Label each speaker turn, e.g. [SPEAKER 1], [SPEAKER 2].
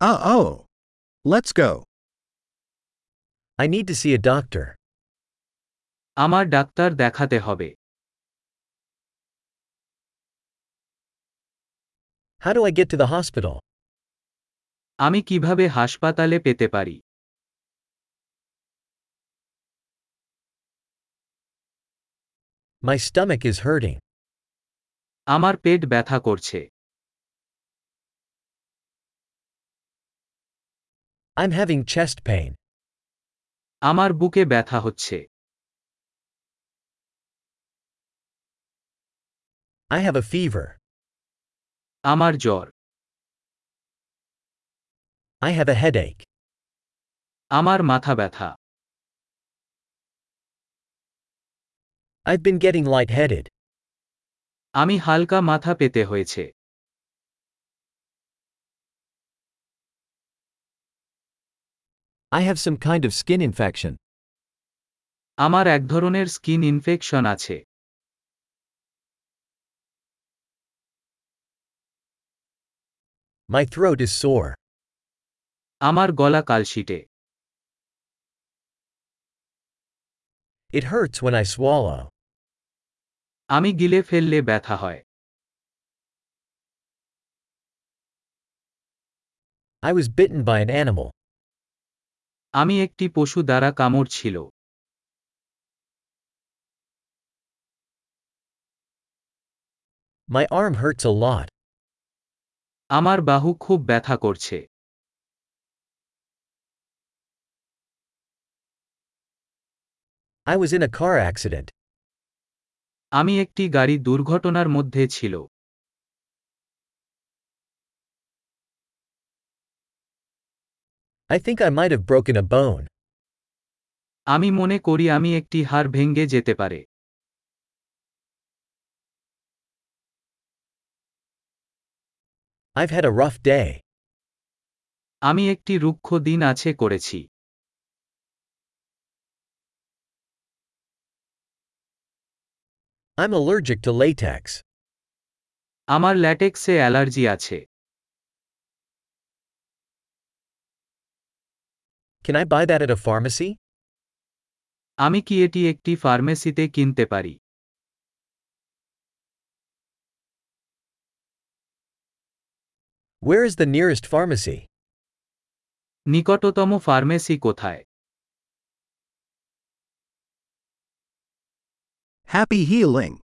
[SPEAKER 1] Uh oh. Let's go.
[SPEAKER 2] I need to see a doctor.
[SPEAKER 3] আমার doctor দেখাতে হবে
[SPEAKER 2] How do I get to the hospital?
[SPEAKER 3] আমি কিভাবে হাসপাতালে পেতে পারি
[SPEAKER 2] My stomach is hurting.
[SPEAKER 3] আমার পেট ব্যথা করছে
[SPEAKER 2] I'm having chest pain.
[SPEAKER 3] আমার বুকে ব্যথা হচ্ছে
[SPEAKER 2] I have a fever.
[SPEAKER 3] আমার জ্বর
[SPEAKER 2] I have a headache.
[SPEAKER 3] আমার মাথা ব্যথা
[SPEAKER 2] I've been getting lightheaded.
[SPEAKER 3] আমি হালকা মাথা পেতে হয়েছে
[SPEAKER 2] I have some kind of skin infection.
[SPEAKER 3] আমার এক ধরনের স্কিন ইনফেকশন আছে
[SPEAKER 2] My throat is sore.
[SPEAKER 3] আমার গলা কালশিটে
[SPEAKER 2] It hurts when I swallow.
[SPEAKER 3] আমি গিলে ফেললে ব্যথা হয়
[SPEAKER 2] I was bitten by an animal.
[SPEAKER 3] আমি একটি পশু দ্বারা কামড় ছিল
[SPEAKER 2] My arm hurts a lot.
[SPEAKER 3] আমার বাহু খুব ব্যথা করছে
[SPEAKER 2] I was in a car accident.
[SPEAKER 3] আমি একটি গাড়ি দুর্ঘটনার মধ্যে ছিল
[SPEAKER 2] I think I might have broken a bone.
[SPEAKER 3] আমি মনে করি আমি একটি হাড় ভেঙে যেতে পারে
[SPEAKER 2] I've had a rough day.
[SPEAKER 3] আমি একটি রুক্ষ দিন আছে করেছি
[SPEAKER 2] I'm allergic to latex.
[SPEAKER 3] আমার ল্যাটেক্সে অ্যালার্জি আছে
[SPEAKER 2] Can I buy that at a pharmacy?
[SPEAKER 3] আমি কি এটি একটি ফার্মেসিতে কিনতে পারি
[SPEAKER 2] Where is the nearest pharmacy?
[SPEAKER 3] নিকটতম ফার্মেসি কোথায়
[SPEAKER 1] Happy healing.